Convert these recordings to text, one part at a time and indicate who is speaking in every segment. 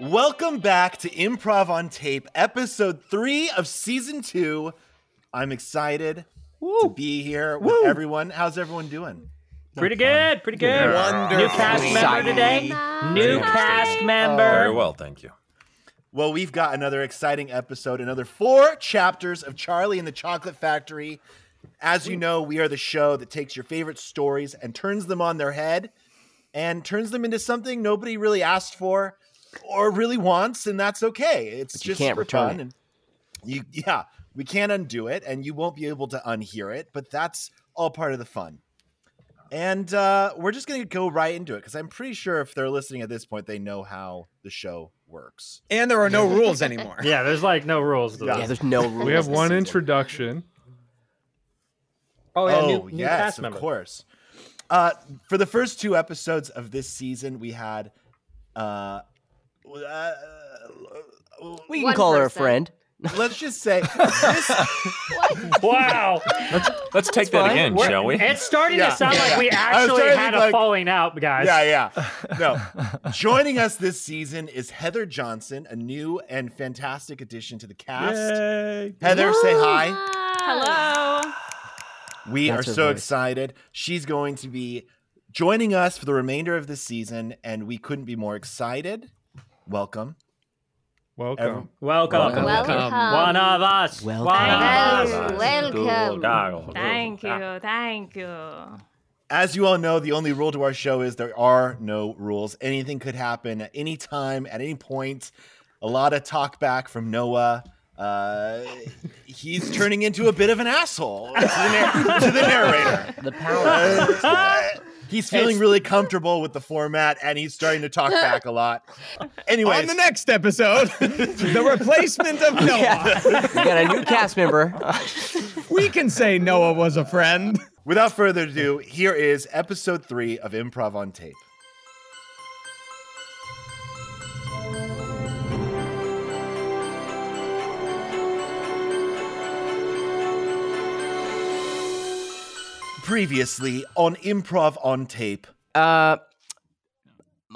Speaker 1: Welcome back to Improv on Tape, episode three of season two. I'm excited to be here with
Speaker 2: Woo.
Speaker 1: everyone. How's everyone doing?
Speaker 2: Pretty good, pretty good.
Speaker 3: Wonderful.
Speaker 2: New cast member
Speaker 3: Exciting.
Speaker 2: today. New cast
Speaker 4: Very
Speaker 2: member.
Speaker 4: well, thank you.
Speaker 1: Well, we've got another exciting episode, another four chapters of Charlie and the Chocolate Factory. As you know, we are the show that takes your favorite stories and turns them on their head and turns them into something nobody really asked for or really wants, and that's okay. It's
Speaker 3: you
Speaker 1: just
Speaker 3: can't
Speaker 1: for
Speaker 3: return
Speaker 1: fun
Speaker 3: it.
Speaker 1: And you, yeah, we can't undo it, and you won't be able to unhear it, but that's all part of the fun. And uh, we're just going to go right into it because I'm pretty sure if they're listening at this point, they know how the show works.
Speaker 5: And there are no rules anymore.
Speaker 2: Yeah, there's like no rules. to
Speaker 1: Yeah.
Speaker 3: Yeah,
Speaker 2: this.
Speaker 3: there's no rules.
Speaker 6: We have
Speaker 3: this
Speaker 6: one
Speaker 3: season.
Speaker 6: introduction.
Speaker 2: Oh, yeah, new, new
Speaker 1: yes,
Speaker 2: cast
Speaker 1: of
Speaker 2: member.
Speaker 1: course. Uh, for the first two episodes of this season, we had. Uh, uh,
Speaker 3: We can
Speaker 4: One
Speaker 3: call her a
Speaker 4: person.
Speaker 3: friend.
Speaker 1: let's just say this.
Speaker 2: Wow.
Speaker 4: Let's take that
Speaker 3: fine.
Speaker 4: again,
Speaker 2: We're-
Speaker 4: shall we?
Speaker 2: It's starting
Speaker 1: Yeah.
Speaker 2: to sound
Speaker 1: Yeah.
Speaker 2: like we
Speaker 1: I was
Speaker 2: actually
Speaker 1: trying to
Speaker 2: had
Speaker 1: be
Speaker 2: a
Speaker 1: like-
Speaker 2: falling out, guys.
Speaker 1: yeah, yeah. No, joining us this season is Heather Johnson, a new and fantastic addition to the cast.
Speaker 6: Yay.
Speaker 1: Heather, say hi.
Speaker 7: Hello.
Speaker 1: We
Speaker 3: That's
Speaker 1: are
Speaker 3: her
Speaker 1: so
Speaker 3: voice.
Speaker 1: excited. She's going to be joining us for the remainder of this season, and we couldn't be more excited. Welcome.
Speaker 6: Welcome.
Speaker 2: Welcome.
Speaker 4: Welcome.
Speaker 2: One of us.
Speaker 3: Welcome.
Speaker 2: One of us.
Speaker 7: Welcome. Thank you. Thank you.
Speaker 8: Oh,
Speaker 1: As you all know, the only rule to our show is there are no rules. Anything could happen at any time, at any point. A lot of talk back from Noah. Uh, he's turning into a bit of an asshole to the, nar- to the narrator. uh,
Speaker 3: The power.
Speaker 1: He's feeling really comfortable with the format, and he's starting to talk back a lot. Anyway,
Speaker 5: On the next episode, the replacement of Noah.
Speaker 3: we got a new cast member.
Speaker 5: We can say Noah was a friend.
Speaker 1: without further ado, here is episode three of Improv on Tape. Previously on Improv on Tape.
Speaker 3: Uh,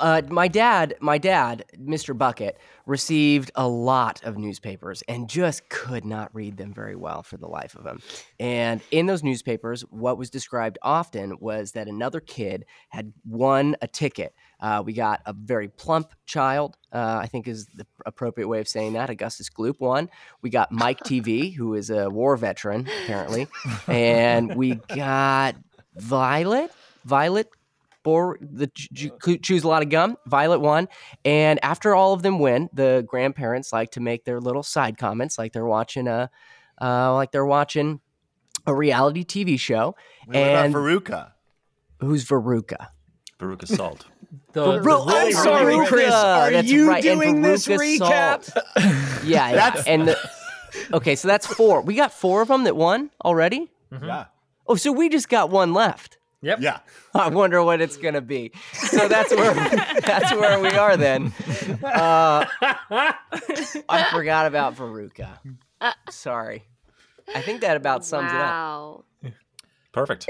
Speaker 3: uh, my dad, my dad, Mr. Bucket, received a lot of newspapers and just could not read them very well for the life of him. And in those newspapers, what was described often was that another kid had won a ticket. Uh, we got a very plump child, uh, I think is the appropriate way of saying that. Augustus Gloop won. We got Mike TV, who is a war veteran, apparently. And we got Violet. Violet Bor- the ch- ch- choose a lot of gum. Violet won, and after all of them win, the grandparents like to make their little side comments, like they're watching a, uh, like they're watching a reality TV show.
Speaker 1: What about
Speaker 3: And-
Speaker 1: Veruca?
Speaker 3: Who's Veruca?
Speaker 4: Baruch Salt.
Speaker 3: Veru-
Speaker 5: I'm
Speaker 3: oh,
Speaker 5: sorry,
Speaker 3: Veruca,
Speaker 5: Chris. Are
Speaker 3: that's
Speaker 5: you
Speaker 3: right, and
Speaker 5: doing this
Speaker 3: Veruca
Speaker 5: recap?
Speaker 3: Salt. yeah, yeah. and the, okay, so that's four. We got four of them that won already.
Speaker 5: Mm-hmm.
Speaker 1: Yeah.
Speaker 3: Oh, so we just got one left.
Speaker 1: Yeah.
Speaker 3: I wonder what it's gonna be. So that's where that's where we are then. Uh, I forgot about Veruca. Sorry. I think that about sums it up.
Speaker 4: Wow. Perfect.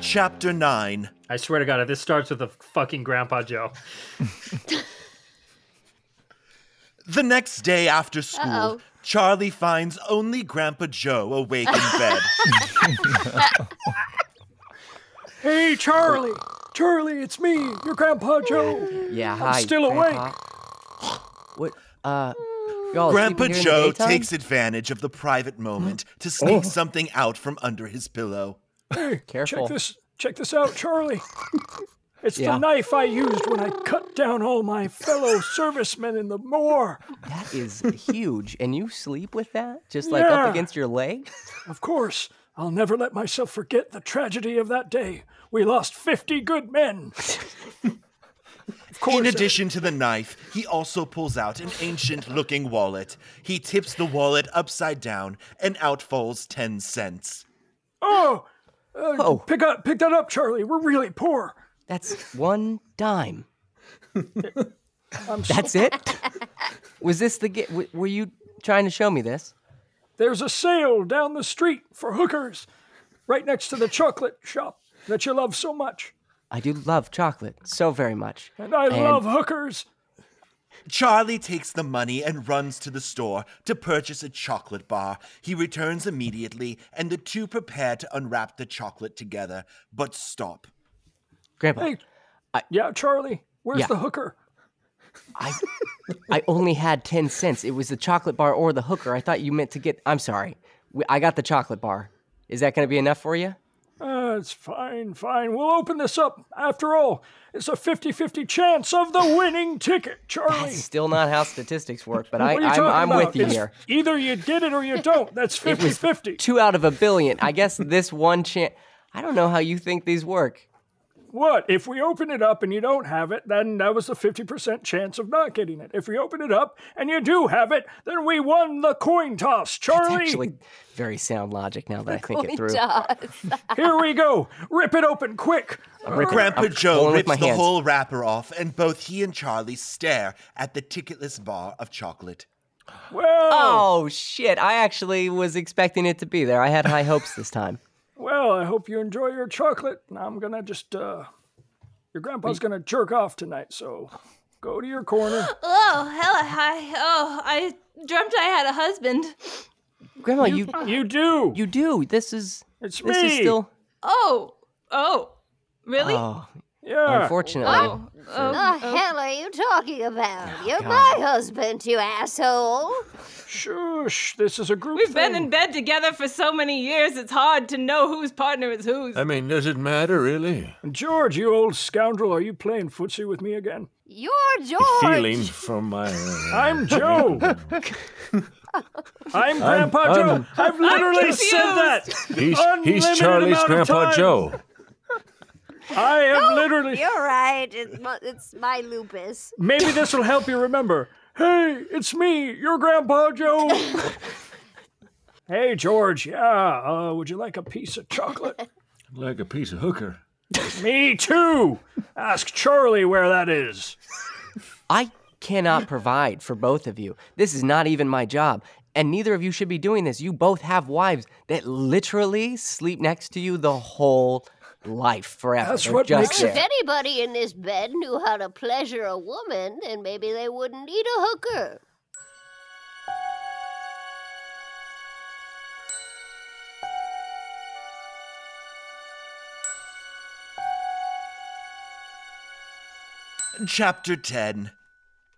Speaker 1: Chapter 9.
Speaker 2: I swear to God, if this starts with a fucking Grandpa Joe.
Speaker 1: The next day after school,
Speaker 4: Uh-oh.
Speaker 1: Charlie finds only Grandpa Joe awake in bed.
Speaker 2: Hey, Charlie. Charlie, it's me, your Grandpa Joe.
Speaker 3: Yeah, hi.
Speaker 2: still awake.
Speaker 3: Grandpa. What uh y'all
Speaker 1: Grandpa
Speaker 3: sleeping here in the
Speaker 1: Joe
Speaker 3: daytime?
Speaker 1: takes advantage of the private moment to
Speaker 2: Oh.
Speaker 1: sneak something out from under his pillow.
Speaker 3: careful.
Speaker 9: this check this out charlie it's
Speaker 3: Yeah.
Speaker 9: the knife i used when i cut down all my fellow servicemen in the war
Speaker 3: That is huge. And you sleep with that? Just like up
Speaker 9: Yeah.
Speaker 3: against your leg?
Speaker 9: of course i'll never let myself forget the tragedy of that day we lost 50 good men
Speaker 1: In addition to the knife, he also pulls out an ancient looking wallet. He tips the wallet upside down, and out falls 10 cents.
Speaker 9: oh uh,
Speaker 3: Oh.
Speaker 9: pick up pick that up charlie we're really poor
Speaker 3: That's one dime.
Speaker 9: i'm so
Speaker 3: That's it? Was this the ge- w- were you trying to show me this?
Speaker 9: There's a sale down the street for hookers right next to the chocolate shop that you love so much.
Speaker 3: I do love chocolate so very much.
Speaker 9: And I love hookers.
Speaker 1: Charlie takes the money and runs to the store to purchase a chocolate bar. He returns immediately, and the two prepare to unwrap the chocolate together, but stop.
Speaker 3: Grandpa,
Speaker 9: Hey, yeah, Charlie, where's
Speaker 3: Yeah.
Speaker 9: the hooker?
Speaker 3: I, I only had 10 cents. It was the chocolate bar or the hooker. I thought you meant to get. I'm sorry. We, I got the chocolate bar. Is that going to be enough for you?
Speaker 9: Uh, it's fine, fine. We'll open this up. After all, it's a 50 50 chance of the winning ticket, Charlie.
Speaker 3: That's still not how statistics work, but I,
Speaker 9: What are you
Speaker 3: I'm,
Speaker 9: talking
Speaker 3: I'm
Speaker 9: about?
Speaker 3: with you
Speaker 9: It's
Speaker 3: here.
Speaker 9: Either you get it or you don't. That's 50 50.
Speaker 3: Two out of a billion. I guess this one chance. I don't know how you think these work.
Speaker 9: What? If we open it up and you don't have it, then that was the 50% chance of not getting it. If we open it up and you do have it, then we won the coin toss,
Speaker 3: It's
Speaker 9: Charlie.
Speaker 3: actually very sound logic now that I think it through.
Speaker 9: Here we go. Rip it open quick.
Speaker 3: ripping-
Speaker 1: Grandpa
Speaker 3: I'm
Speaker 1: Joe
Speaker 3: going with
Speaker 1: rips
Speaker 3: my
Speaker 1: the
Speaker 3: hands.
Speaker 1: whole wrapper off, and both he and Charlie stare at the ticketless bar of chocolate.
Speaker 9: Well,
Speaker 3: Oh, shit. I actually was expecting it to be there. I had high hopes this time.
Speaker 9: well, I hope you enjoy your chocolate. Now I'm going to just, uh, your grandpa's going to jerk off tonight, so go to your corner.
Speaker 8: Oh, hell, I, oh, I dreamt I had a husband.
Speaker 3: Grandma, you
Speaker 9: you do.
Speaker 3: you do. This is
Speaker 9: it's
Speaker 3: this
Speaker 9: me.
Speaker 3: is still
Speaker 8: Oh, oh, really?
Speaker 3: Oh,
Speaker 9: yeah.
Speaker 3: unfortunately.
Speaker 8: Oh, oh,
Speaker 10: um, The hell are you talking about? You're
Speaker 3: God.
Speaker 10: my husband, you asshole.
Speaker 9: Shush. This is a group
Speaker 7: We've been
Speaker 9: thing.
Speaker 7: in bed together for so many years, it's hard to know whose partner is whose.
Speaker 4: I mean, does it matter really?
Speaker 9: George, you old scoundrel, are you playing footsie with me again?
Speaker 10: You're George.
Speaker 4: Feeling from my. uh,
Speaker 9: I'm Joe. I'm Grandpa
Speaker 4: I'm-
Speaker 9: Joe. I've literally
Speaker 7: confused.
Speaker 9: said that.
Speaker 4: he's he's
Speaker 9: Unlimited
Speaker 4: Charlie's
Speaker 9: amount of
Speaker 4: Grandpa
Speaker 9: time.
Speaker 4: Joe.
Speaker 9: I have literally.
Speaker 10: You're right. It's my, it's my lupus.
Speaker 9: Maybe this will help you remember. Hey, it's me, your Grandpa Joe. hey, George. Yeah. Uh, would you like a piece of chocolate?
Speaker 4: Like a piece of hooker.
Speaker 9: me too. Ask Charlie where that is.
Speaker 3: I cannot provide for both of you. This is not even my job. And neither of you should be doing this. You both have wives that literally sleep next to you the whole life forever.
Speaker 9: That's
Speaker 3: They're
Speaker 9: what
Speaker 3: just
Speaker 9: makes
Speaker 10: If
Speaker 3: there.
Speaker 10: anybody in this bed knew how to pleasure a woman, then maybe they wouldn't need a hooker.
Speaker 1: Chapter 10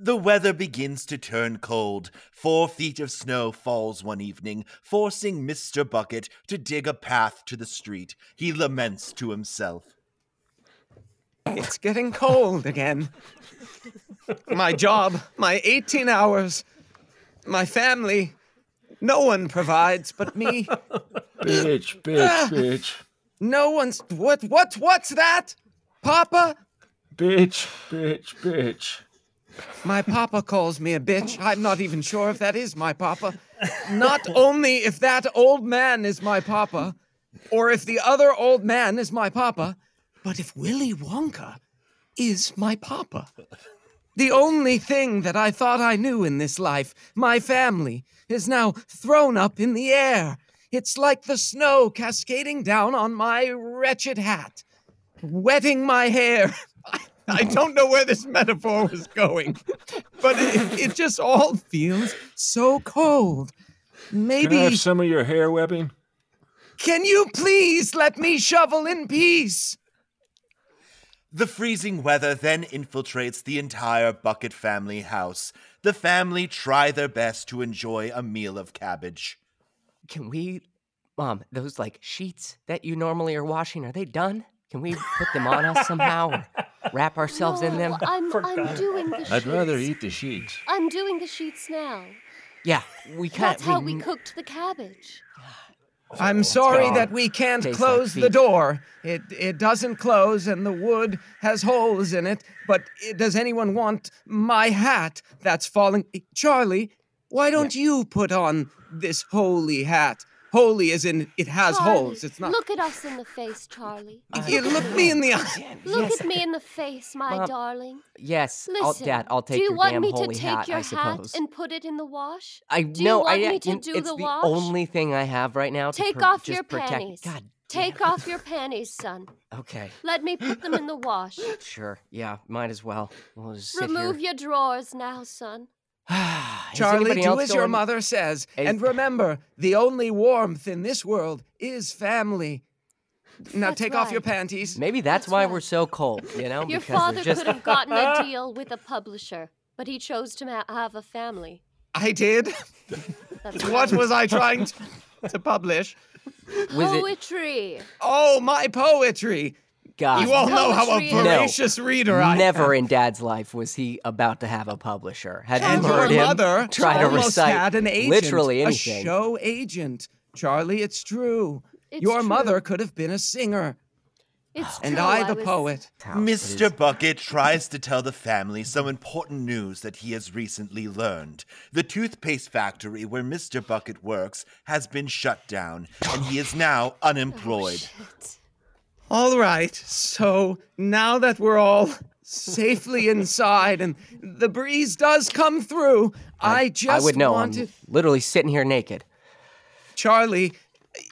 Speaker 1: The weather begins to turn cold. Four feet of snow falls one evening, forcing Mr. Bucket to dig a path to the street. He laments to himself.
Speaker 5: It's getting cold again. My job, my 18 hours, my family. No one provides but me.
Speaker 4: Bitch, bitch, bitch,
Speaker 5: No one's what what what's that? Papa?
Speaker 4: bitch, bitch, bitch.
Speaker 5: My papa calls me a bitch. I'm not even sure if that is my papa. Not only if that old man is my papa, or if the other old man is my papa, but if Willy Wonka is my papa. The only thing that I thought I knew in this life, my family, is now thrown up in the air. It's like the snow cascading down on my wretched hat, wetting my hair. I, I don't know where this metaphor was going, but it, it just all feels so cold.
Speaker 4: Can
Speaker 5: Maybe
Speaker 4: I have some of your hair webbing?
Speaker 5: can you please let me shovel in peace?
Speaker 1: The freezing weather then infiltrates the entire Bucket family house. The family try their best to enjoy a meal of cabbage.
Speaker 3: Can we, Mom, those like sheets that you normally are washing, are they done? Can we put them on us somehow or wrap ourselves in them?
Speaker 10: No, uh, I'm, I'm doing the sheets.
Speaker 4: I'd rather eat the sheets.
Speaker 10: I'm doing the sheets now.
Speaker 3: Yeah, we can't.
Speaker 10: That's how we
Speaker 3: n-
Speaker 10: cooked the cabbage.
Speaker 5: I'm sorry that we can't
Speaker 3: Tastes like
Speaker 5: close the
Speaker 3: feet.
Speaker 5: door. It it doesn't close and the wood has holes in it, but it, does anyone want my hat Eh, that's falling? Charlie, why don't you put on this holy hat? holy as in it has
Speaker 10: Charlie,
Speaker 5: holes. It's not.
Speaker 10: Look at us in the face, Charlie.
Speaker 5: you look me in the eye.
Speaker 10: Look at me in the face, my
Speaker 3: Mom,
Speaker 10: darling.
Speaker 3: Yes, I'll,
Speaker 10: Listen,
Speaker 3: Dad, I'll take
Speaker 10: do you
Speaker 3: your
Speaker 10: want
Speaker 3: damn
Speaker 10: me to
Speaker 3: holy
Speaker 10: take
Speaker 3: hat,
Speaker 10: your
Speaker 3: I suppose.
Speaker 10: hat and put it in the wash?
Speaker 3: I
Speaker 10: do
Speaker 3: no,
Speaker 10: you want
Speaker 3: I
Speaker 10: me to
Speaker 3: you-
Speaker 10: do
Speaker 3: it's
Speaker 10: the
Speaker 3: the,
Speaker 10: wash?
Speaker 3: only thing I have right now. to
Speaker 10: Take
Speaker 3: per-
Speaker 10: off
Speaker 3: just
Speaker 10: your
Speaker 3: protect-
Speaker 10: panties.
Speaker 3: God,
Speaker 10: Take off your panties, son.
Speaker 3: okay,
Speaker 10: Let me put them in the wash.
Speaker 3: sure, yeah, might as well. We'll just sit here.
Speaker 10: Remove your drawers now, son.
Speaker 3: Is
Speaker 5: Charlie,
Speaker 3: anybody
Speaker 5: do
Speaker 3: else
Speaker 5: as your
Speaker 3: going?
Speaker 5: mother says, and remember, the only warmth in this world is family. Now
Speaker 10: That's
Speaker 5: take off your
Speaker 10: right.
Speaker 5: panties.
Speaker 3: Maybe that's, why we're so cold, you know?
Speaker 10: Your
Speaker 3: because we're
Speaker 10: father
Speaker 3: just...
Speaker 10: could have gotten a deal with a publisher, but he chose to ma- have a family.
Speaker 5: I did.
Speaker 10: That's
Speaker 5: what
Speaker 10: right.
Speaker 5: was I trying to, to publish?
Speaker 3: Was it-
Speaker 10: Poetry.
Speaker 5: Oh, my poetry.
Speaker 3: God,
Speaker 5: You all know how a
Speaker 10: Poetry. No.
Speaker 5: voracious reader I am.
Speaker 3: never in Dad's life was he about to have a publisher. Had
Speaker 5: And
Speaker 3: you
Speaker 5: your
Speaker 3: heard him
Speaker 5: mother
Speaker 3: try to
Speaker 5: almost
Speaker 3: recite
Speaker 5: had an agent,
Speaker 3: literally
Speaker 5: a
Speaker 3: anything?
Speaker 5: show agent. Charlie, it's true.
Speaker 10: It's
Speaker 5: your
Speaker 10: true.
Speaker 5: mother could have been a singer,
Speaker 10: It's
Speaker 5: and
Speaker 10: true,
Speaker 5: I, the
Speaker 10: was-
Speaker 5: poet.
Speaker 1: Mr. Bucket tries to tell the family some important news that he has recently learned. The toothpaste factory where Mr. Bucket works has been shut down, and he is now unemployed.
Speaker 5: All right, so now that we're all safely inside and the breeze does come through, I, just
Speaker 3: I would know.
Speaker 5: wanted.
Speaker 3: I'm literally sitting here naked.
Speaker 5: Charlie,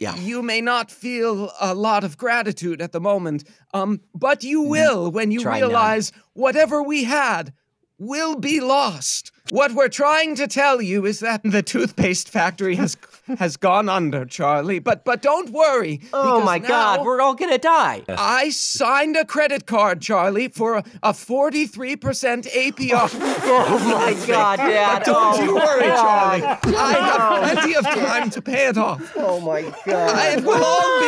Speaker 3: Yeah.
Speaker 5: you may not feel a lot of gratitude at the moment, um, but you will when you
Speaker 3: Mm-hmm. Try not.
Speaker 5: realize whatever we had will be lost. What we're trying to tell you is that the toothpaste factory has has gone under, Charlie. But but don't worry.
Speaker 3: Oh
Speaker 5: because
Speaker 3: my God,
Speaker 5: now
Speaker 3: we're all gonna die.
Speaker 5: I signed a credit card, Charlie, for a- a 43% APR.
Speaker 3: Oh my God, Dad.
Speaker 5: Don't
Speaker 3: oh,
Speaker 5: you worry,
Speaker 3: God.
Speaker 5: Charlie. I have plenty of time to pay it off.
Speaker 3: Oh my God.
Speaker 5: It will all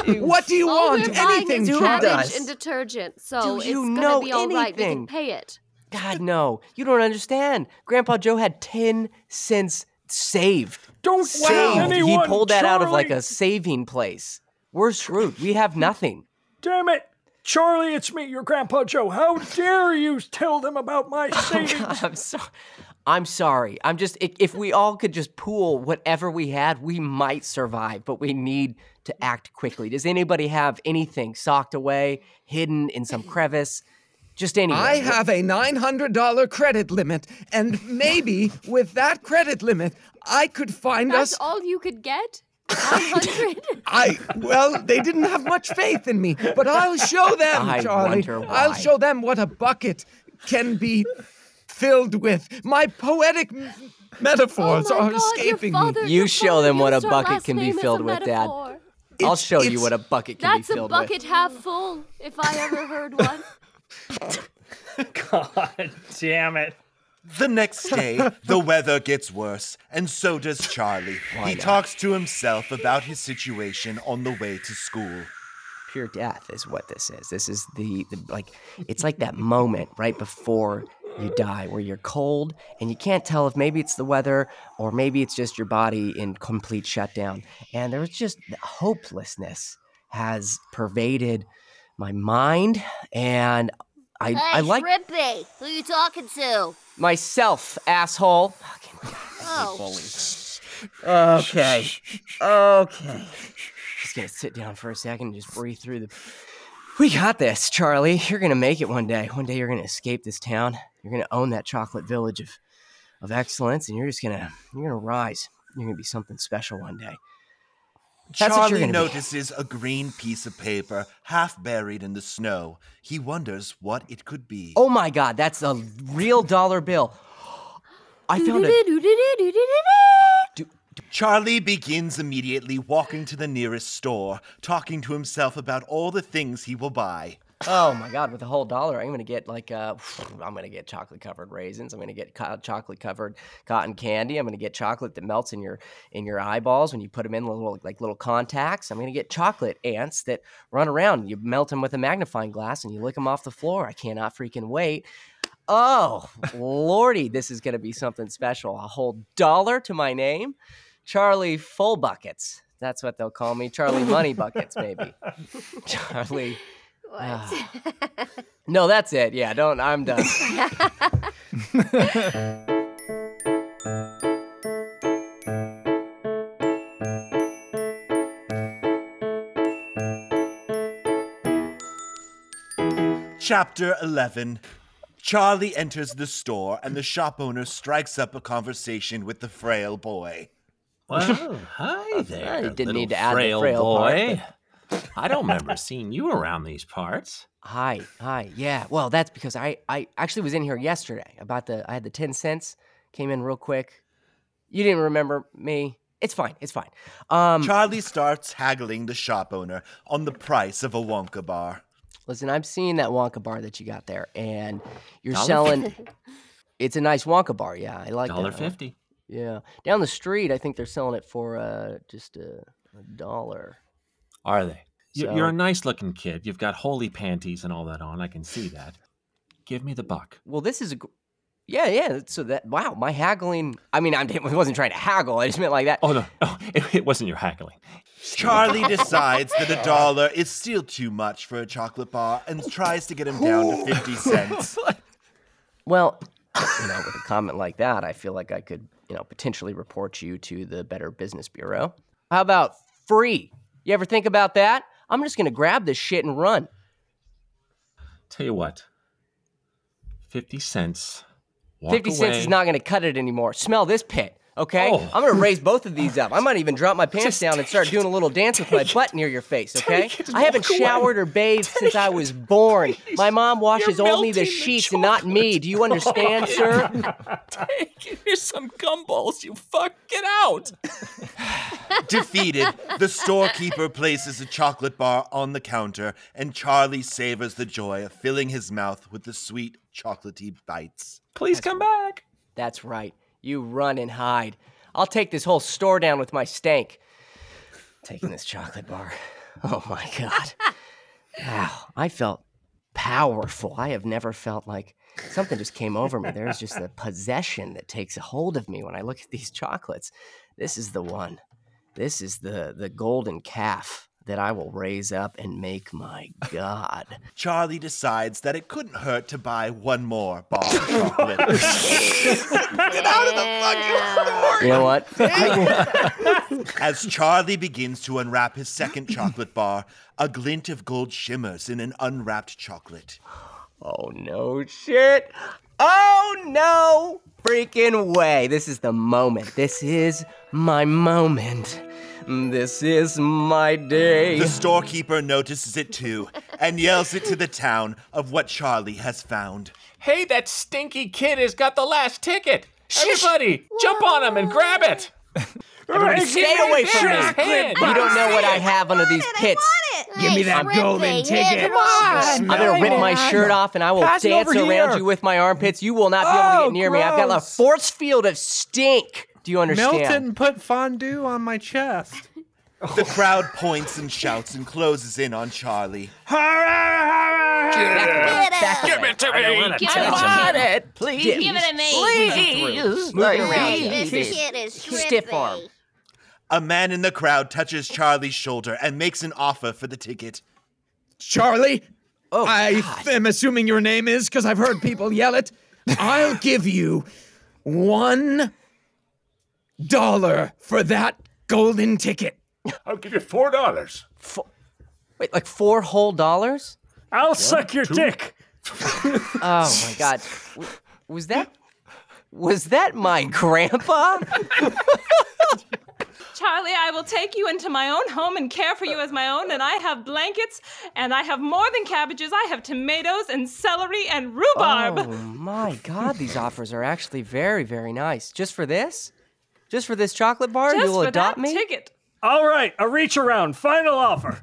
Speaker 5: be fine. What do you
Speaker 10: All
Speaker 5: want?
Speaker 10: we're buying
Speaker 5: Anything,
Speaker 10: is
Speaker 3: Dude,
Speaker 5: Charlie.
Speaker 10: cabbage
Speaker 3: does.
Speaker 10: and detergent, so
Speaker 3: Do you
Speaker 10: it's
Speaker 3: know
Speaker 10: gonna be all right. We
Speaker 3: anything?
Speaker 10: can pay it.
Speaker 3: God, no. You don't understand. Grandpa Joe had 10 cents saved.
Speaker 9: Don't tell
Speaker 3: saved.
Speaker 9: anyone.
Speaker 3: he pulled that out of like
Speaker 9: Charlie.
Speaker 3: a saving place. We're screwed. We have nothing.
Speaker 9: Damn it. Charlie, it's me, your Grandpa Joe. How dare you tell them about
Speaker 6: Oh,
Speaker 9: my savings?
Speaker 3: I'm sorry. I'm sorry. I'm just if, if we all could just pool whatever we had, we might survive, but we need to act quickly. Does anybody have anything socked away, hidden in some crevice? Just anything.
Speaker 5: I have a $900 credit limit, and maybe with that credit limit, I could find
Speaker 10: That's
Speaker 5: us.
Speaker 10: all you could get? 100?
Speaker 5: I well, they didn't have much faith in me, but I'll show them,
Speaker 3: I
Speaker 5: Charlie.
Speaker 3: wonder
Speaker 5: I'll
Speaker 3: why.
Speaker 5: show them what a bucket can be filled with. My poetic m-
Speaker 10: oh
Speaker 5: metaphors
Speaker 10: my
Speaker 5: are
Speaker 10: God,
Speaker 5: escaping
Speaker 10: your father,
Speaker 5: me.
Speaker 3: You
Speaker 10: your
Speaker 3: show
Speaker 10: father
Speaker 3: them what a
Speaker 10: used our
Speaker 3: bucket
Speaker 10: last
Speaker 3: can be
Speaker 10: name as a
Speaker 3: filled with, Dad.
Speaker 10: metaphor.
Speaker 3: I'll
Speaker 5: It's-
Speaker 3: show you
Speaker 5: it's-
Speaker 3: what a bucket can
Speaker 10: That's
Speaker 3: be
Speaker 10: a
Speaker 3: filled
Speaker 10: bucket
Speaker 3: with.
Speaker 10: half full, if I ever heard one.
Speaker 6: God damn it.
Speaker 1: The next day, the weather gets worse, and so does Charlie. he talks to himself about his situation on the way to school.
Speaker 3: Pure death is what this is. This is the, the like it's like that moment right before you die where you're cold and you can't tell if maybe it's the weather or maybe it's just your body in complete shutdown. And there's just hopelessness has pervaded my mind and I, I like
Speaker 10: Shrimpy, who you talking to?
Speaker 3: myself, asshole. Fucking
Speaker 10: Oh,
Speaker 3: Okay. Okay. Just gonna sit down for a second and just breathe through the. We got this, Charlie. You're gonna make it one day. One day you're gonna escape this town. You're gonna own that chocolate village of, of excellence, and you're just gonna you're gonna rise. You're gonna be something special one day. That's what
Speaker 1: Charlie
Speaker 3: you're gonna be.
Speaker 1: notices a green piece of paper half buried in the snow. He wonders what it could be.
Speaker 3: Oh my God, that's a real dollar bill. I found a.
Speaker 1: Charlie begins immediately walking to the nearest store, talking to himself about all the things he will buy.
Speaker 3: Oh my God, with a whole dollar, I'm gonna get like uh, I'm gonna get chocolate covered raisins. I'm gonna get co- chocolate covered cotton candy. I'm gonna get chocolate that melts in your in your eyeballs when you put them in little like little contacts. I'm gonna get chocolate ants that run around. You melt them with a magnifying glass and you lick them off the floor. I cannot freaking wait. Oh lordy, this is gonna be something special. A whole dollar to my name, Charlie Full Buckets. That's what they'll call me, Charlie Money Buckets, maybe. Charlie. Ah.
Speaker 10: what?
Speaker 3: No, that's it. Yeah, don't. I'm done.
Speaker 1: Chapter 11 Charlie enters the store and the shop owner strikes up a conversation with the frail boy.
Speaker 4: Well, hi there.
Speaker 3: didn't
Speaker 4: little
Speaker 3: need to add the
Speaker 4: frail,
Speaker 3: frail part,
Speaker 4: boy. I don't remember seeing you around these parts.
Speaker 3: Hi, hi, yeah. Well, that's because I, I actually was in here yesterday about the I had the ten cents came in real quick. You didn't remember me. It's fine. It's fine. Um,
Speaker 1: Charlie starts haggling the shop owner on the price of a Wonka bar.
Speaker 3: listen, I'm seeing that Wonka bar that you got there, and you're
Speaker 4: Dollar
Speaker 3: selling. It's a nice Wonka bar. Yeah, I like that.
Speaker 4: Dollar
Speaker 3: I-
Speaker 4: fifty.
Speaker 3: Yeah, down the street, I think they're selling it for uh, just a, a dollar.
Speaker 4: Are they? You- You're a
Speaker 3: So-
Speaker 4: nice looking kid. You've got holy panties and all that on. I can see that. Give me the buck.
Speaker 3: Well, this is a. gr- Yeah, yeah. So that wow, my haggling. I mean, I'm, I wasn't trying to haggle. I just meant like that.
Speaker 4: Oh no, no it, it wasn't your haggling.
Speaker 1: Charlie decides that a dollar is still too much for a chocolate bar and tries to get him down to 50 cents.
Speaker 3: Well, you know, with a comment like that, I feel like I could, you know, potentially report you to the Better Business Bureau. How about free? You ever think about that? I'm just gonna grab this shit and run.
Speaker 4: Tell you what, fifty cents. Walk
Speaker 3: 50 cents is
Speaker 4: away.
Speaker 3: not gonna cut it anymore. Smell this pit, okay?
Speaker 4: Oh.
Speaker 3: I'm gonna raise both of these up. I might even drop my pants
Speaker 4: Just
Speaker 3: down and start doing a little dance with my butt near your face, okay?
Speaker 4: Take it and
Speaker 3: I haven't
Speaker 4: walk away.
Speaker 3: showered or bathed since I was born. My mom washes only the
Speaker 11: melting the
Speaker 3: sheets and not me. Do you understand, sir?
Speaker 11: Take, here's some gumballs, you fuck. Get out.
Speaker 1: Defeated, the storekeeper places a chocolate bar on the counter, and Charlie savors the joy of filling his mouth with the sweet, chocolatey bites.
Speaker 4: Please come back.
Speaker 3: That's right. You run and hide. I'll take this whole store down with my stank. Taking this chocolate bar. Oh my god. Wow. I felt powerful. I have never felt like something just came over me. There's just a possession that takes hold of me when I look at these chocolates. This is the one. This is the the golden calf that I will raise up and make my god.
Speaker 1: Charlie decides that it couldn't hurt to buy one more bar of chocolate.
Speaker 11: Get out of the fucking store.
Speaker 3: You know what?
Speaker 1: As Charlie begins to unwrap his second chocolate bar, a glint of gold shimmers in an unwrapped chocolate.
Speaker 3: Oh no shit. Oh no freaking way. This is the moment. This is my moment. This is my day.
Speaker 1: The storekeeper notices it too and yells it to the town of what Charlie has found.
Speaker 11: Hey, that stinky kid has got the last ticket. Everybody, jump on him and grab it.
Speaker 3: Everybody
Speaker 11: Hey,
Speaker 3: stay
Speaker 11: give me
Speaker 3: away
Speaker 11: that
Speaker 3: from me.
Speaker 11: hand.
Speaker 3: You don't know what I have under these pits.
Speaker 10: Give me that golden ticket. Come on.
Speaker 3: I'm gonna rip my shirt off and I will
Speaker 11: Pass it
Speaker 3: dance
Speaker 11: over
Speaker 3: around
Speaker 11: here.
Speaker 3: you with my armpits. You will not be able to
Speaker 6: Oh,
Speaker 3: get near me. I've got a
Speaker 6: gross.
Speaker 3: force field of stink. Do you understand?
Speaker 6: Milton put fondue on my chest.
Speaker 1: The crowd points and shouts and closes in on Charlie.
Speaker 3: Back
Speaker 11: it to
Speaker 3: away.
Speaker 11: me.
Speaker 8: Give it to me.
Speaker 11: it, please.
Speaker 8: Give it to me.
Speaker 11: Please.
Speaker 3: Move it around.
Speaker 10: This
Speaker 3: Please.
Speaker 10: kid is
Speaker 3: Stiff arm.
Speaker 10: trippy.
Speaker 1: A man in the crowd touches Charlie's shoulder and makes an offer for the ticket.
Speaker 5: Charlie,
Speaker 3: Oh,
Speaker 5: I
Speaker 3: God.
Speaker 5: am assuming your name is because I've heard people yell it. I'll give you one dollar for that golden ticket.
Speaker 12: I'll give you four dollars.
Speaker 3: Wait, like four whole dollars?
Speaker 9: I'll suck your dick.
Speaker 3: Oh my god. W- Was that was that my grandpa?
Speaker 8: Charlie, I will take you into my own home and care for you as my own, and I have blankets, and I have more than cabbages. I have tomatoes and celery and rhubarb.
Speaker 3: Oh my god, these offers are actually very, very nice. Just for this? Just for this chocolate bar,
Speaker 8: Just
Speaker 3: you'll
Speaker 8: for
Speaker 3: adopt
Speaker 8: that
Speaker 3: me?
Speaker 8: ticket.
Speaker 9: All right, a reach around. Final offer.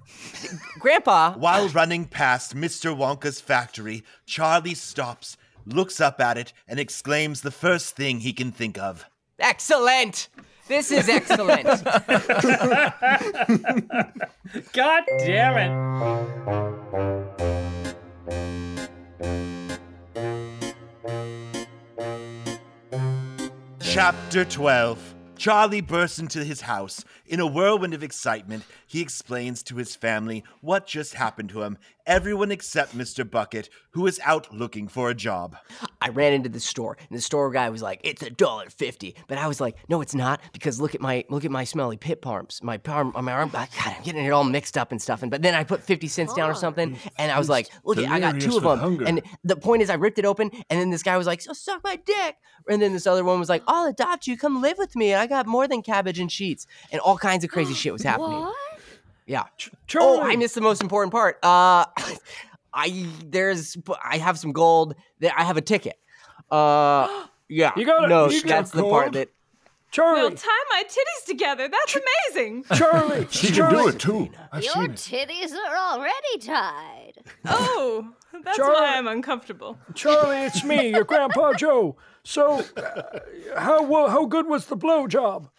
Speaker 3: Grandpa,
Speaker 1: While running past Mr. Wonka's factory, Charlie stops, looks up at it, and exclaims the first thing he can think of.
Speaker 3: excellent! This is excellent.
Speaker 11: God damn it.
Speaker 1: Chapter 12 Charlie bursts into his house. In a whirlwind of excitement, he explains to his family what just happened to him everyone except Mr. Bucket, who is out looking for a job.
Speaker 3: I ran into the store, and the store guy was like, "It's a dollar fifty. but I was like, "No, it's not," because look at my look at my smelly pit parms, my palm, my arm. God, I'm getting it all mixed up and stuff. And but then I put fifty cents down or something, and I was like, "Look, at, I got
Speaker 13: Delirious
Speaker 3: two of
Speaker 13: with
Speaker 3: them."
Speaker 13: hunger.
Speaker 3: And the point is, I ripped it open, and then this guy was like, "So suck my dick," and then this other one was like, "I'll adopt you. Come live with me. I got more than cabbage and sheets." And all kinds of crazy shit was happening. Yeah. Oh, I missed the most important part. Uh, I there's I have some gold. There, I have a ticket. Uh, yeah.
Speaker 9: You got a-
Speaker 3: no.
Speaker 9: you got
Speaker 3: that's the part
Speaker 9: gold?
Speaker 3: that
Speaker 8: We'll tie my titties together. That's amazing.
Speaker 9: Charlie,
Speaker 12: She can
Speaker 9: Charlie.
Speaker 12: do it too. I've
Speaker 10: Your
Speaker 12: seen it.
Speaker 10: titties are already tied.
Speaker 8: Oh, that's
Speaker 9: Charlie.
Speaker 8: why I'm uncomfortable.
Speaker 9: Charlie, it's me, your grandpa Joe. So, uh, how wa- how good was the blowjob?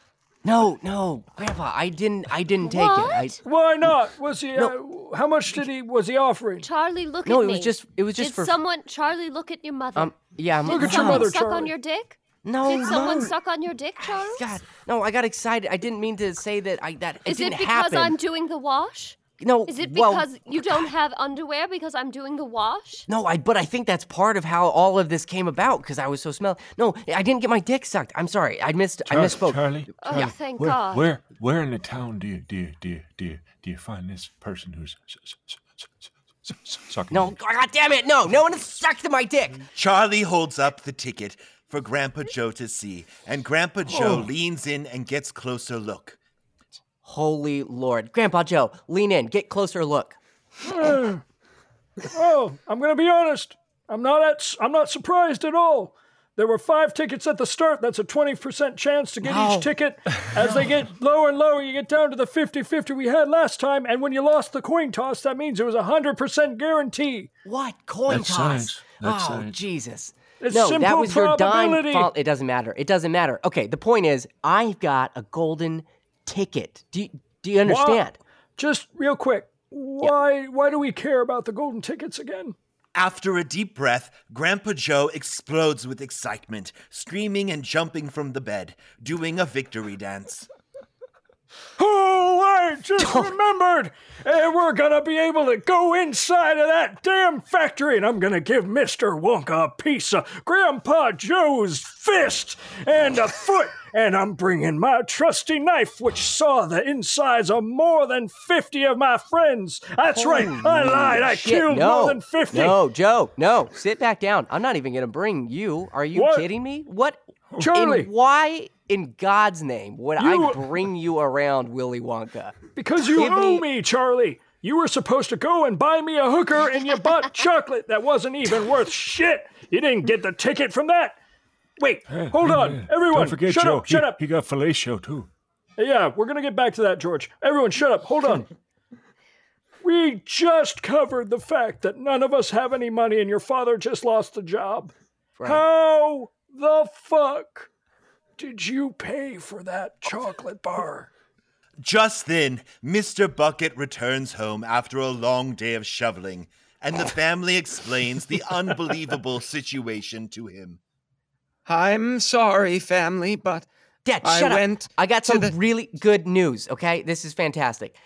Speaker 3: No, no, Grandpa, I didn't. I didn't take it. I,
Speaker 9: Why not? Was he? Uh, how much did he? Was he offering?
Speaker 10: Charlie, look
Speaker 3: No,
Speaker 10: at
Speaker 3: it
Speaker 10: me.
Speaker 3: was just- it was just
Speaker 10: Did
Speaker 3: for-
Speaker 10: someone, Charlie, look at your mother.
Speaker 3: um. Yeah.
Speaker 10: Did
Speaker 3: my
Speaker 10: someone
Speaker 3: mom-
Speaker 10: suck on your dick?
Speaker 3: Oh, No,
Speaker 10: Did someone
Speaker 3: Mom.
Speaker 10: suck on your dick, Charlie?
Speaker 3: Ah, God, no. I got excited. I didn't mean to say that. I that it
Speaker 10: Is it
Speaker 3: didn't
Speaker 10: because
Speaker 3: happen.
Speaker 10: I'm doing the wash?
Speaker 3: No.
Speaker 10: Is it
Speaker 3: well,
Speaker 10: because you don't have underwear because I'm doing the wash?
Speaker 3: No, I but I think that's part of how all of this came about because I was so smelly. No, I didn't get my dick sucked. I'm sorry. I missed. I
Speaker 12: Charlie,
Speaker 3: misspoke.
Speaker 12: Charlie,
Speaker 10: Oh,
Speaker 12: Charlie,
Speaker 10: thank
Speaker 12: where,
Speaker 10: God.
Speaker 12: Where, where in the town do you, do you, do you, do you, do you find this person who's s- s- s- s- s- s- s- sucking?
Speaker 3: No, God damn it! No, no one has sucked my dick.
Speaker 1: Charlie holds up the ticket for Grandpa Joe to see, and Grandpa Joe
Speaker 3: Oh.
Speaker 1: leans in and gets closer look.
Speaker 3: Holy Lord, Grandpa Joe, lean in, get closer look.
Speaker 9: Uh, oh, I'm gonna be honest. I'm not at, s- I'm not surprised at all. There were five tickets at the start. That's a 20% chance to get
Speaker 3: No.
Speaker 9: each ticket. As they get lower and lower, you get down to the 50 50 we had last time. And when you lost the coin toss, that means it was a 100% guarantee.
Speaker 3: What coin
Speaker 9: That's
Speaker 3: toss?
Speaker 9: science. That's
Speaker 3: oh,
Speaker 9: science.
Speaker 3: Jesus.
Speaker 9: It's
Speaker 3: no, that
Speaker 9: simple
Speaker 3: was your dime
Speaker 9: probability.
Speaker 3: fault. It doesn't matter. It doesn't matter. Okay, the point is, I've got a golden ticket. Do you, do you understand?
Speaker 9: Just real quick, why, why do we care about the golden tickets again?
Speaker 1: After a deep breath, Grandpa Joe explodes with excitement, screaming and jumping from the bed, doing a victory dance.
Speaker 9: Oh, I just remembered! And we're gonna be able to go inside of that damn factory, and I'm gonna give Mr. Wonka a piece of Grandpa Joe's fist and a foot, and I'm bringing my trusty knife, which saw the insides of more than 50 of my friends. That's right, I
Speaker 3: Holy
Speaker 9: lied, I
Speaker 3: shit,
Speaker 9: killed
Speaker 3: no,
Speaker 9: more than 50.
Speaker 3: No, Joe, no. Sit back down. I'm not even going to bring you. Are you
Speaker 9: What?
Speaker 3: kidding me? What?
Speaker 9: Charlie.
Speaker 3: In why in God's name would I
Speaker 9: You-
Speaker 3: bring you around Willy Wonka?
Speaker 9: Because you
Speaker 3: Give
Speaker 9: owe
Speaker 3: me-
Speaker 9: me, Charlie. You were supposed to go and buy me a hooker, and you bought chocolate that wasn't even worth shit. You didn't get the ticket from that. Wait,
Speaker 12: Eh,
Speaker 9: hold on, everyone.
Speaker 12: Don't forget
Speaker 9: shut
Speaker 12: Joe.
Speaker 9: up! Shut
Speaker 12: he,
Speaker 9: up!
Speaker 12: He got fellatio too.
Speaker 9: Yeah, we're gonna get back to that, George. Everyone, shut up. Hold on. We just covered the fact that none of us have any money, and your father just lost the job. How the fuck did you pay for that chocolate bar?
Speaker 1: Just then, Mr. Bucket returns home after a long day of shoveling, and the family explains the unbelievable situation to him.
Speaker 5: I'm sorry, family, but
Speaker 3: Dad,
Speaker 5: I
Speaker 3: shut
Speaker 5: went
Speaker 3: up. I got some really good news, okay? This is fantastic.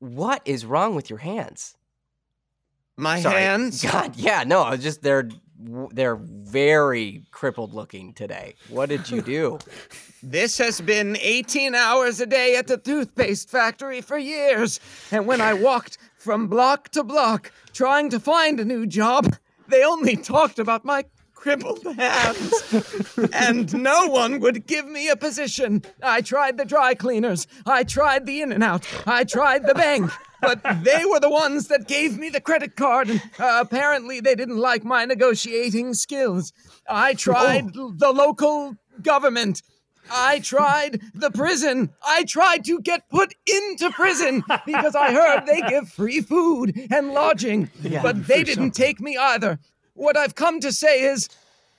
Speaker 3: What is wrong with your hands?
Speaker 5: My hands?
Speaker 3: God, yeah, no, I was just they're they're very crippled looking today. What did you do?
Speaker 5: This has been 18 hours a day at the toothpaste factory for years. And when I walked from block to block trying to find a new job, they only talked about my crippled hands. and no one would give me a position. I tried the dry cleaners, I tried the in and out, I tried the bank. But they were the ones that gave me the credit card, and uh, apparently they didn't like my negotiating skills. I tried l- the local government, I tried the prison. I tried to get put into prison because I heard they give free food and lodging,
Speaker 13: Yeah.
Speaker 5: but
Speaker 13: Free
Speaker 5: they didn't take me either. What I've come to say is,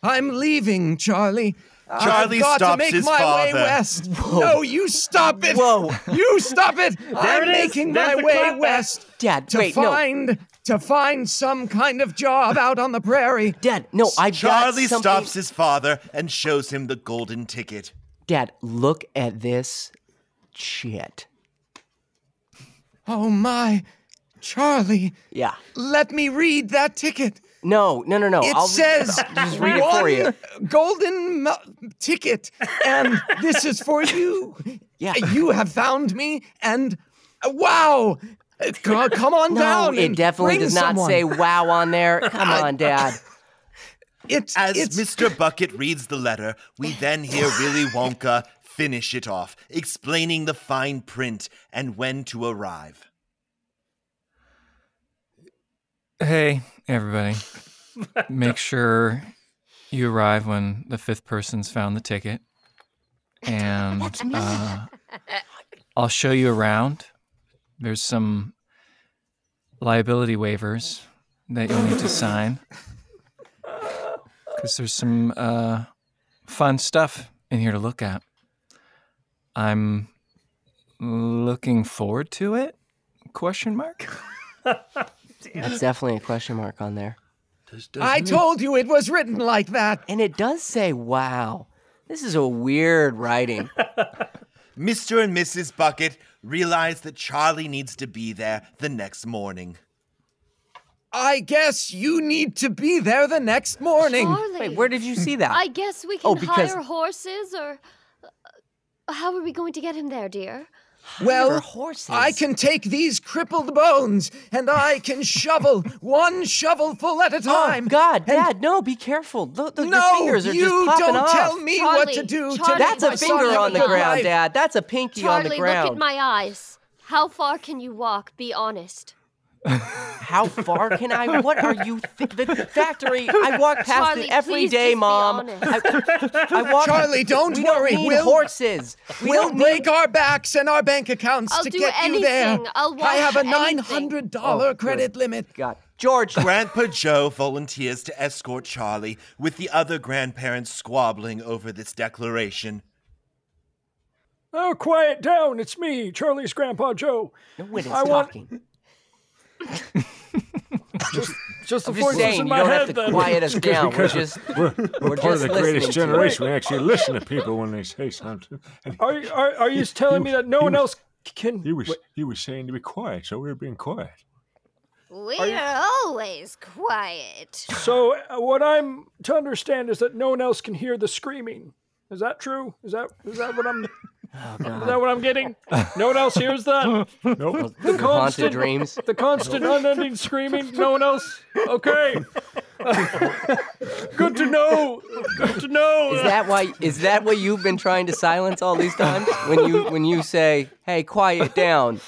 Speaker 5: I'm leaving, Charlie.
Speaker 1: Charlie
Speaker 5: I've got
Speaker 1: stops
Speaker 5: to make
Speaker 1: his
Speaker 5: my way
Speaker 1: father.
Speaker 5: west.
Speaker 1: Whoa.
Speaker 5: No, you stop it. Whoa, you stop it. I'm
Speaker 3: it is.
Speaker 5: making
Speaker 3: There's
Speaker 5: my
Speaker 3: the
Speaker 5: way
Speaker 3: clapback.
Speaker 5: west.
Speaker 3: Dad,
Speaker 5: to
Speaker 3: wait, no.
Speaker 5: find to find some kind of job out on the prairie.
Speaker 3: Dad, no, I
Speaker 1: Charlie
Speaker 3: got something-
Speaker 1: stops his father and shows him the golden ticket.
Speaker 3: Dad, look at this shit.
Speaker 5: Oh my. Charlie,
Speaker 3: Yeah.
Speaker 5: let me read that ticket.
Speaker 3: No, no, no, no.
Speaker 5: It
Speaker 3: I'll-
Speaker 5: says
Speaker 3: just read it for you.
Speaker 5: "One golden mo- ticket, and this is for you.
Speaker 3: Yeah,
Speaker 5: you have found me, and uh, wow, Uh, co- come on
Speaker 3: no,
Speaker 5: down.
Speaker 3: it
Speaker 5: and
Speaker 3: definitely
Speaker 5: bring
Speaker 3: does not
Speaker 5: someone.
Speaker 3: say wow on there. Come on, Dad.
Speaker 5: It's,
Speaker 1: As Mr. Bucket reads the letter, we then hear Willy Wonka finish it off, explaining the fine print and when to arrive.
Speaker 13: Hey, everybody. Make sure you arrive when the fifth person's found the ticket. And uh, I'll show you around. There's some liability waivers that you'll need to sign because there's some uh, fun stuff in here to look at. I'm looking forward to it? Question mark?
Speaker 3: That's definitely a question mark on there.
Speaker 5: I told you it was written like that.
Speaker 3: And it does say wow. This is a weird writing.
Speaker 1: Mr. and Mrs. Bucket realize that Charlie needs to be there the next morning.
Speaker 5: I guess you need to be there the next morning.
Speaker 10: Charlie.
Speaker 3: Wait, where did you see that?
Speaker 10: I guess we can
Speaker 3: Oh, because-
Speaker 10: hire horses, or uh, how are we going to get him there, dear?
Speaker 5: Well,
Speaker 10: Her horses.
Speaker 5: I can take these crippled bones and I can shovel one shovelful at a time.
Speaker 3: Oh, God, Dad, no, be careful. Look, look,
Speaker 5: No,
Speaker 3: your fingers are
Speaker 5: you
Speaker 3: just popping
Speaker 5: don't
Speaker 3: off.
Speaker 5: tell me what to Charlie, do to Charlie,
Speaker 3: That's a
Speaker 5: my son
Speaker 3: finger
Speaker 5: of
Speaker 3: on
Speaker 5: a
Speaker 3: the ground,
Speaker 5: life.
Speaker 3: Dad. That's a pinky on
Speaker 10: Charlie,
Speaker 3: the
Speaker 10: look at
Speaker 3: ground.
Speaker 10: my eyes. How far can you walk? Be honest.
Speaker 3: How far can I? What are you? Th- the factory. I walk past
Speaker 10: Charlie,
Speaker 3: it every
Speaker 10: please
Speaker 3: day,
Speaker 10: just be
Speaker 3: Mom. I, I walk.
Speaker 5: Charlie, don't
Speaker 3: we
Speaker 5: worry.
Speaker 3: Don't need
Speaker 5: We'll-
Speaker 3: horses. We
Speaker 5: we'll
Speaker 3: don't need
Speaker 5: break our backs and our bank accounts
Speaker 10: I'll
Speaker 5: to
Speaker 10: do
Speaker 5: get you there.
Speaker 10: anything. I'll
Speaker 5: I have a
Speaker 10: watch
Speaker 5: nine
Speaker 10: anything.
Speaker 5: hundred
Speaker 1: Oh,
Speaker 5: dollar
Speaker 1: good.
Speaker 5: credit limit.
Speaker 3: God, George.
Speaker 1: Grandpa Joe volunteers to escort Charlie, with the other grandparents squabbling over this declaration.
Speaker 9: Oh, quiet down. It's me, Charlie's Grandpa Joe.
Speaker 3: No one is
Speaker 9: I want-
Speaker 3: talking.
Speaker 9: Just the
Speaker 3: I'm just
Speaker 9: voices
Speaker 3: saying,
Speaker 9: in
Speaker 3: you
Speaker 9: my
Speaker 3: don't
Speaker 9: head.
Speaker 3: have to
Speaker 9: then.
Speaker 3: quiet us down. We're
Speaker 12: because
Speaker 3: just
Speaker 12: we're, we're
Speaker 3: we're
Speaker 12: part of
Speaker 3: just
Speaker 12: the greatest
Speaker 3: listening to you.
Speaker 12: generation. We actually listen to people when they say something. And
Speaker 9: Are you, are, are you
Speaker 12: He-
Speaker 9: telling
Speaker 12: he
Speaker 9: me
Speaker 12: was-
Speaker 9: that no
Speaker 12: he
Speaker 9: one
Speaker 12: was-
Speaker 9: else can?
Speaker 12: he was he was saying to be quiet, so we were being quiet.
Speaker 10: We are, always quiet.
Speaker 9: So uh, what I'm to understand is that no one else can hear the screaming. Is that true? Is that is that what I'm?
Speaker 3: Oh,
Speaker 9: Is that what I'm getting? No one else hears that.
Speaker 12: Nope.
Speaker 9: The constant
Speaker 3: dreams.
Speaker 9: The constant, unending screaming. No one else. Okay. Good to know. Good to know.
Speaker 3: Is that why? Is that what you've been trying to silence all these times? When you when you say, "Hey, quiet down."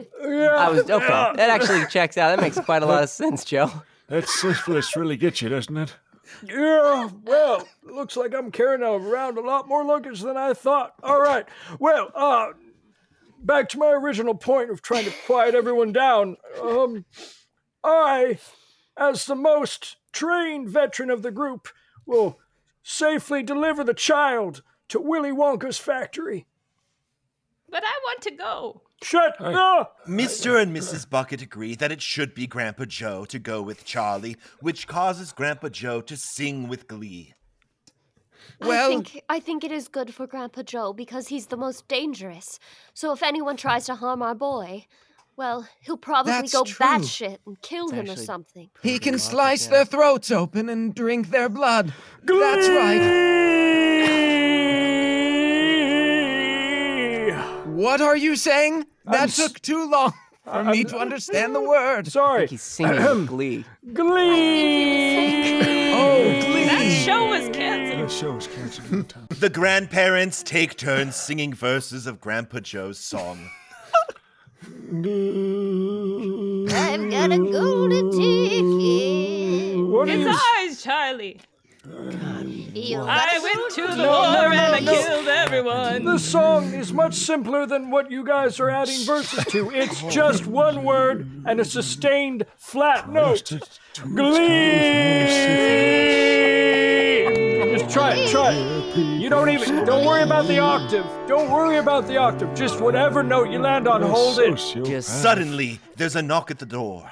Speaker 3: I was okay.
Speaker 12: Yeah.
Speaker 3: That actually checks out. That makes quite a lot of sense, Joe.
Speaker 12: That syphilis really gets you, doesn't it?
Speaker 9: Yeah, well, looks like I'm carrying around a lot more luggage than I thought. All right. Well, uh, back to my original point of trying to quiet everyone down. Um, I, as the most trained veteran of the group, will safely deliver the child to Willy Wonka's factory.
Speaker 8: But I want to go.
Speaker 9: Shut up!
Speaker 1: Mr. and Mrs. Bucket agree that it should be Grandpa Joe to go with Charlie, which causes Grandpa Joe to sing with glee.
Speaker 10: I
Speaker 5: Well-
Speaker 10: think, I think it is good for Grandpa Joe because he's the most dangerous. So if anyone tries to harm our boy, well, he'll probably
Speaker 5: That's
Speaker 10: go
Speaker 5: true.
Speaker 10: batshit and kill him or something.
Speaker 5: He can slice their throats open and drink their blood. That's right. What are you saying? That took too long for me to understand the word.
Speaker 9: Sorry.
Speaker 3: He's singing with glee.
Speaker 9: Glee!
Speaker 5: Oh, glee.
Speaker 8: That show was canceled.
Speaker 12: That show was canceled.
Speaker 1: The grandparents take turns singing verses of Grandpa Joe's song.
Speaker 10: I've got a golden ticket.
Speaker 9: What are
Speaker 8: It's
Speaker 9: you?
Speaker 8: ours, Charlie.
Speaker 10: Feel
Speaker 8: I
Speaker 10: that
Speaker 8: went to the
Speaker 10: No, no,
Speaker 8: war and I
Speaker 10: no, no.
Speaker 8: killed everyone.
Speaker 9: The song is much simpler than what you guys are adding verses to. It's just one word and a sustained flat note. Glee! Just try it, try it. You don't even, don't worry about the octave. Don't worry about the octave. Just whatever note you land on, hold it.
Speaker 1: Suddenly, there's a knock at the door.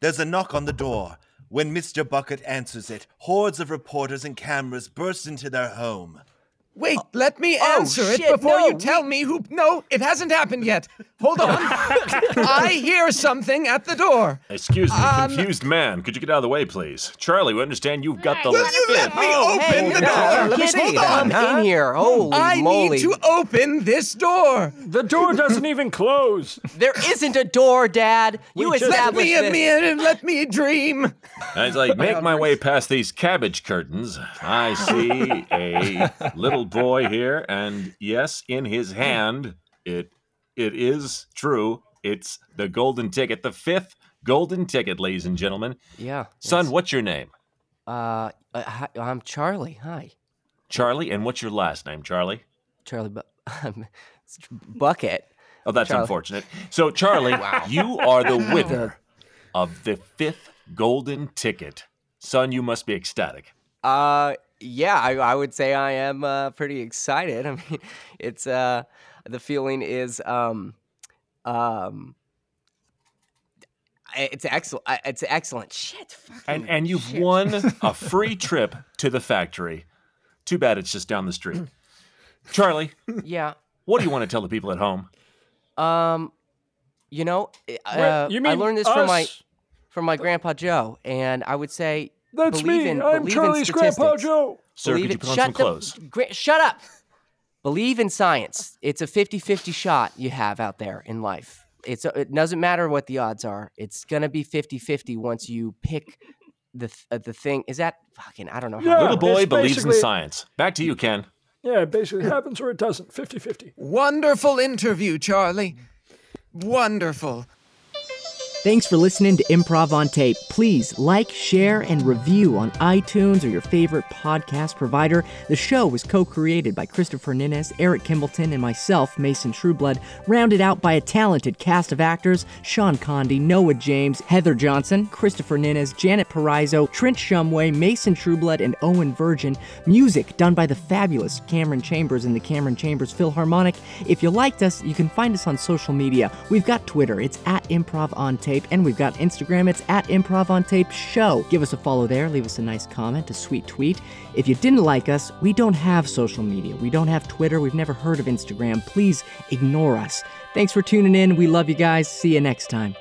Speaker 1: There's a knock on the door. When Mr. Bucket answers it, hordes of reporters and cameras burst into their home.
Speaker 5: Wait, let me
Speaker 3: Oh,
Speaker 5: answer it
Speaker 3: shit,
Speaker 5: before
Speaker 3: no,
Speaker 5: you tell me who. No, it hasn't happened yet. Hold on. I hear something at the door.
Speaker 14: Excuse me,
Speaker 5: Um,
Speaker 14: confused man. Could you get out of the way, please? Charlie, we understand you've got the
Speaker 5: Will
Speaker 14: last
Speaker 5: you
Speaker 14: bid.
Speaker 5: let me Oh, open the door?
Speaker 14: let me
Speaker 5: Hold
Speaker 14: see.
Speaker 5: on,
Speaker 14: I'm
Speaker 5: huh?
Speaker 14: in here. Holy
Speaker 5: I
Speaker 3: moly.
Speaker 5: need to open this door.
Speaker 9: The door doesn't even close.
Speaker 3: There isn't a door, Dad. You
Speaker 5: let
Speaker 3: established
Speaker 5: me in,
Speaker 3: this.
Speaker 5: me in, and let me dream.
Speaker 14: I was like, make my way past these cabbage curtains. I see a little boy here, and yes, in his hand, it it is true. It's the golden ticket, the fifth golden ticket, ladies and gentlemen.
Speaker 3: Yeah.
Speaker 14: Son, what's your name?
Speaker 3: Uh, uh, hi, I'm Charlie. Hi,
Speaker 14: Charlie, and what's your last name, Charlie?
Speaker 3: Charlie. Bu- um, it's Bucket.
Speaker 14: Oh, that's
Speaker 3: Charlie.
Speaker 14: unfortunate. So, Charlie,
Speaker 3: Wow.
Speaker 14: you are the
Speaker 3: Wow.
Speaker 14: winner of the fifth golden ticket. Son, you must be ecstatic.
Speaker 3: Uh, yeah, I, I would say I am uh, pretty excited. I mean, it's uh, the feeling is um, um, I- it's excellent. It's excellent. Shit, fuck.
Speaker 14: And and you've won a free trip to the factory. Too bad it's just down the street. Charlie,
Speaker 3: Yeah.
Speaker 14: what do you want to tell the people at home?
Speaker 3: Um, you know, i- uh,
Speaker 14: Wait, you
Speaker 3: I
Speaker 14: mean
Speaker 3: learned this from my
Speaker 14: us?
Speaker 3: from my grandpa Joe, and I would say
Speaker 9: That's
Speaker 3: believe
Speaker 9: me.
Speaker 3: in
Speaker 9: I'm
Speaker 3: believe
Speaker 9: Charlie's
Speaker 3: in
Speaker 9: Grandpa
Speaker 3: statistics.
Speaker 9: Joe.
Speaker 14: Sir,
Speaker 3: Believe
Speaker 14: could you
Speaker 3: it-
Speaker 14: put on
Speaker 3: shut
Speaker 14: some
Speaker 3: the-
Speaker 14: clothes?
Speaker 3: gra- shut up. Believe in science. It's a 50-50 shot you have out there in life. It's uh, it doesn't matter what the odds are. It's going to be 50-50 once you pick the th- uh, the thing. Is that fucking I don't know.
Speaker 9: Yeah,
Speaker 14: Little boy
Speaker 9: it's
Speaker 14: believes in
Speaker 9: basically-
Speaker 14: science. Back to you, Ken.
Speaker 9: Yeah, it basically happens or it doesn't. 50 50.
Speaker 5: Wonderful interview, Charlie. Wonderful.
Speaker 15: Thanks for listening to Improv on Tape. Please like, share, and review on iTunes or your favorite podcast provider. The show was co created by Christopher Ninnes, Eric Kimbleton, and myself, Mason Trueblood, rounded out by a talented cast of actors Sean Condy, Noah James, Heather Johnson, Christopher Ninnes, Janet Parizo, Trent Shumway, Mason Trueblood, and Owen Virgin. Music done by the fabulous Cameron Chambers and the Cameron Chambers Philharmonic. If you liked us, you can find us on social media. We've got Twitter, it's at Improv on Tape, and we've got Instagram, it's at Improv on Tape Show. Give us a follow there, leave us a nice comment, a sweet tweet. If you didn't like us, we don't have social media. We don't have Twitter, we've never heard of Instagram. Please ignore us. Thanks for tuning in. We love you guys. See you next time.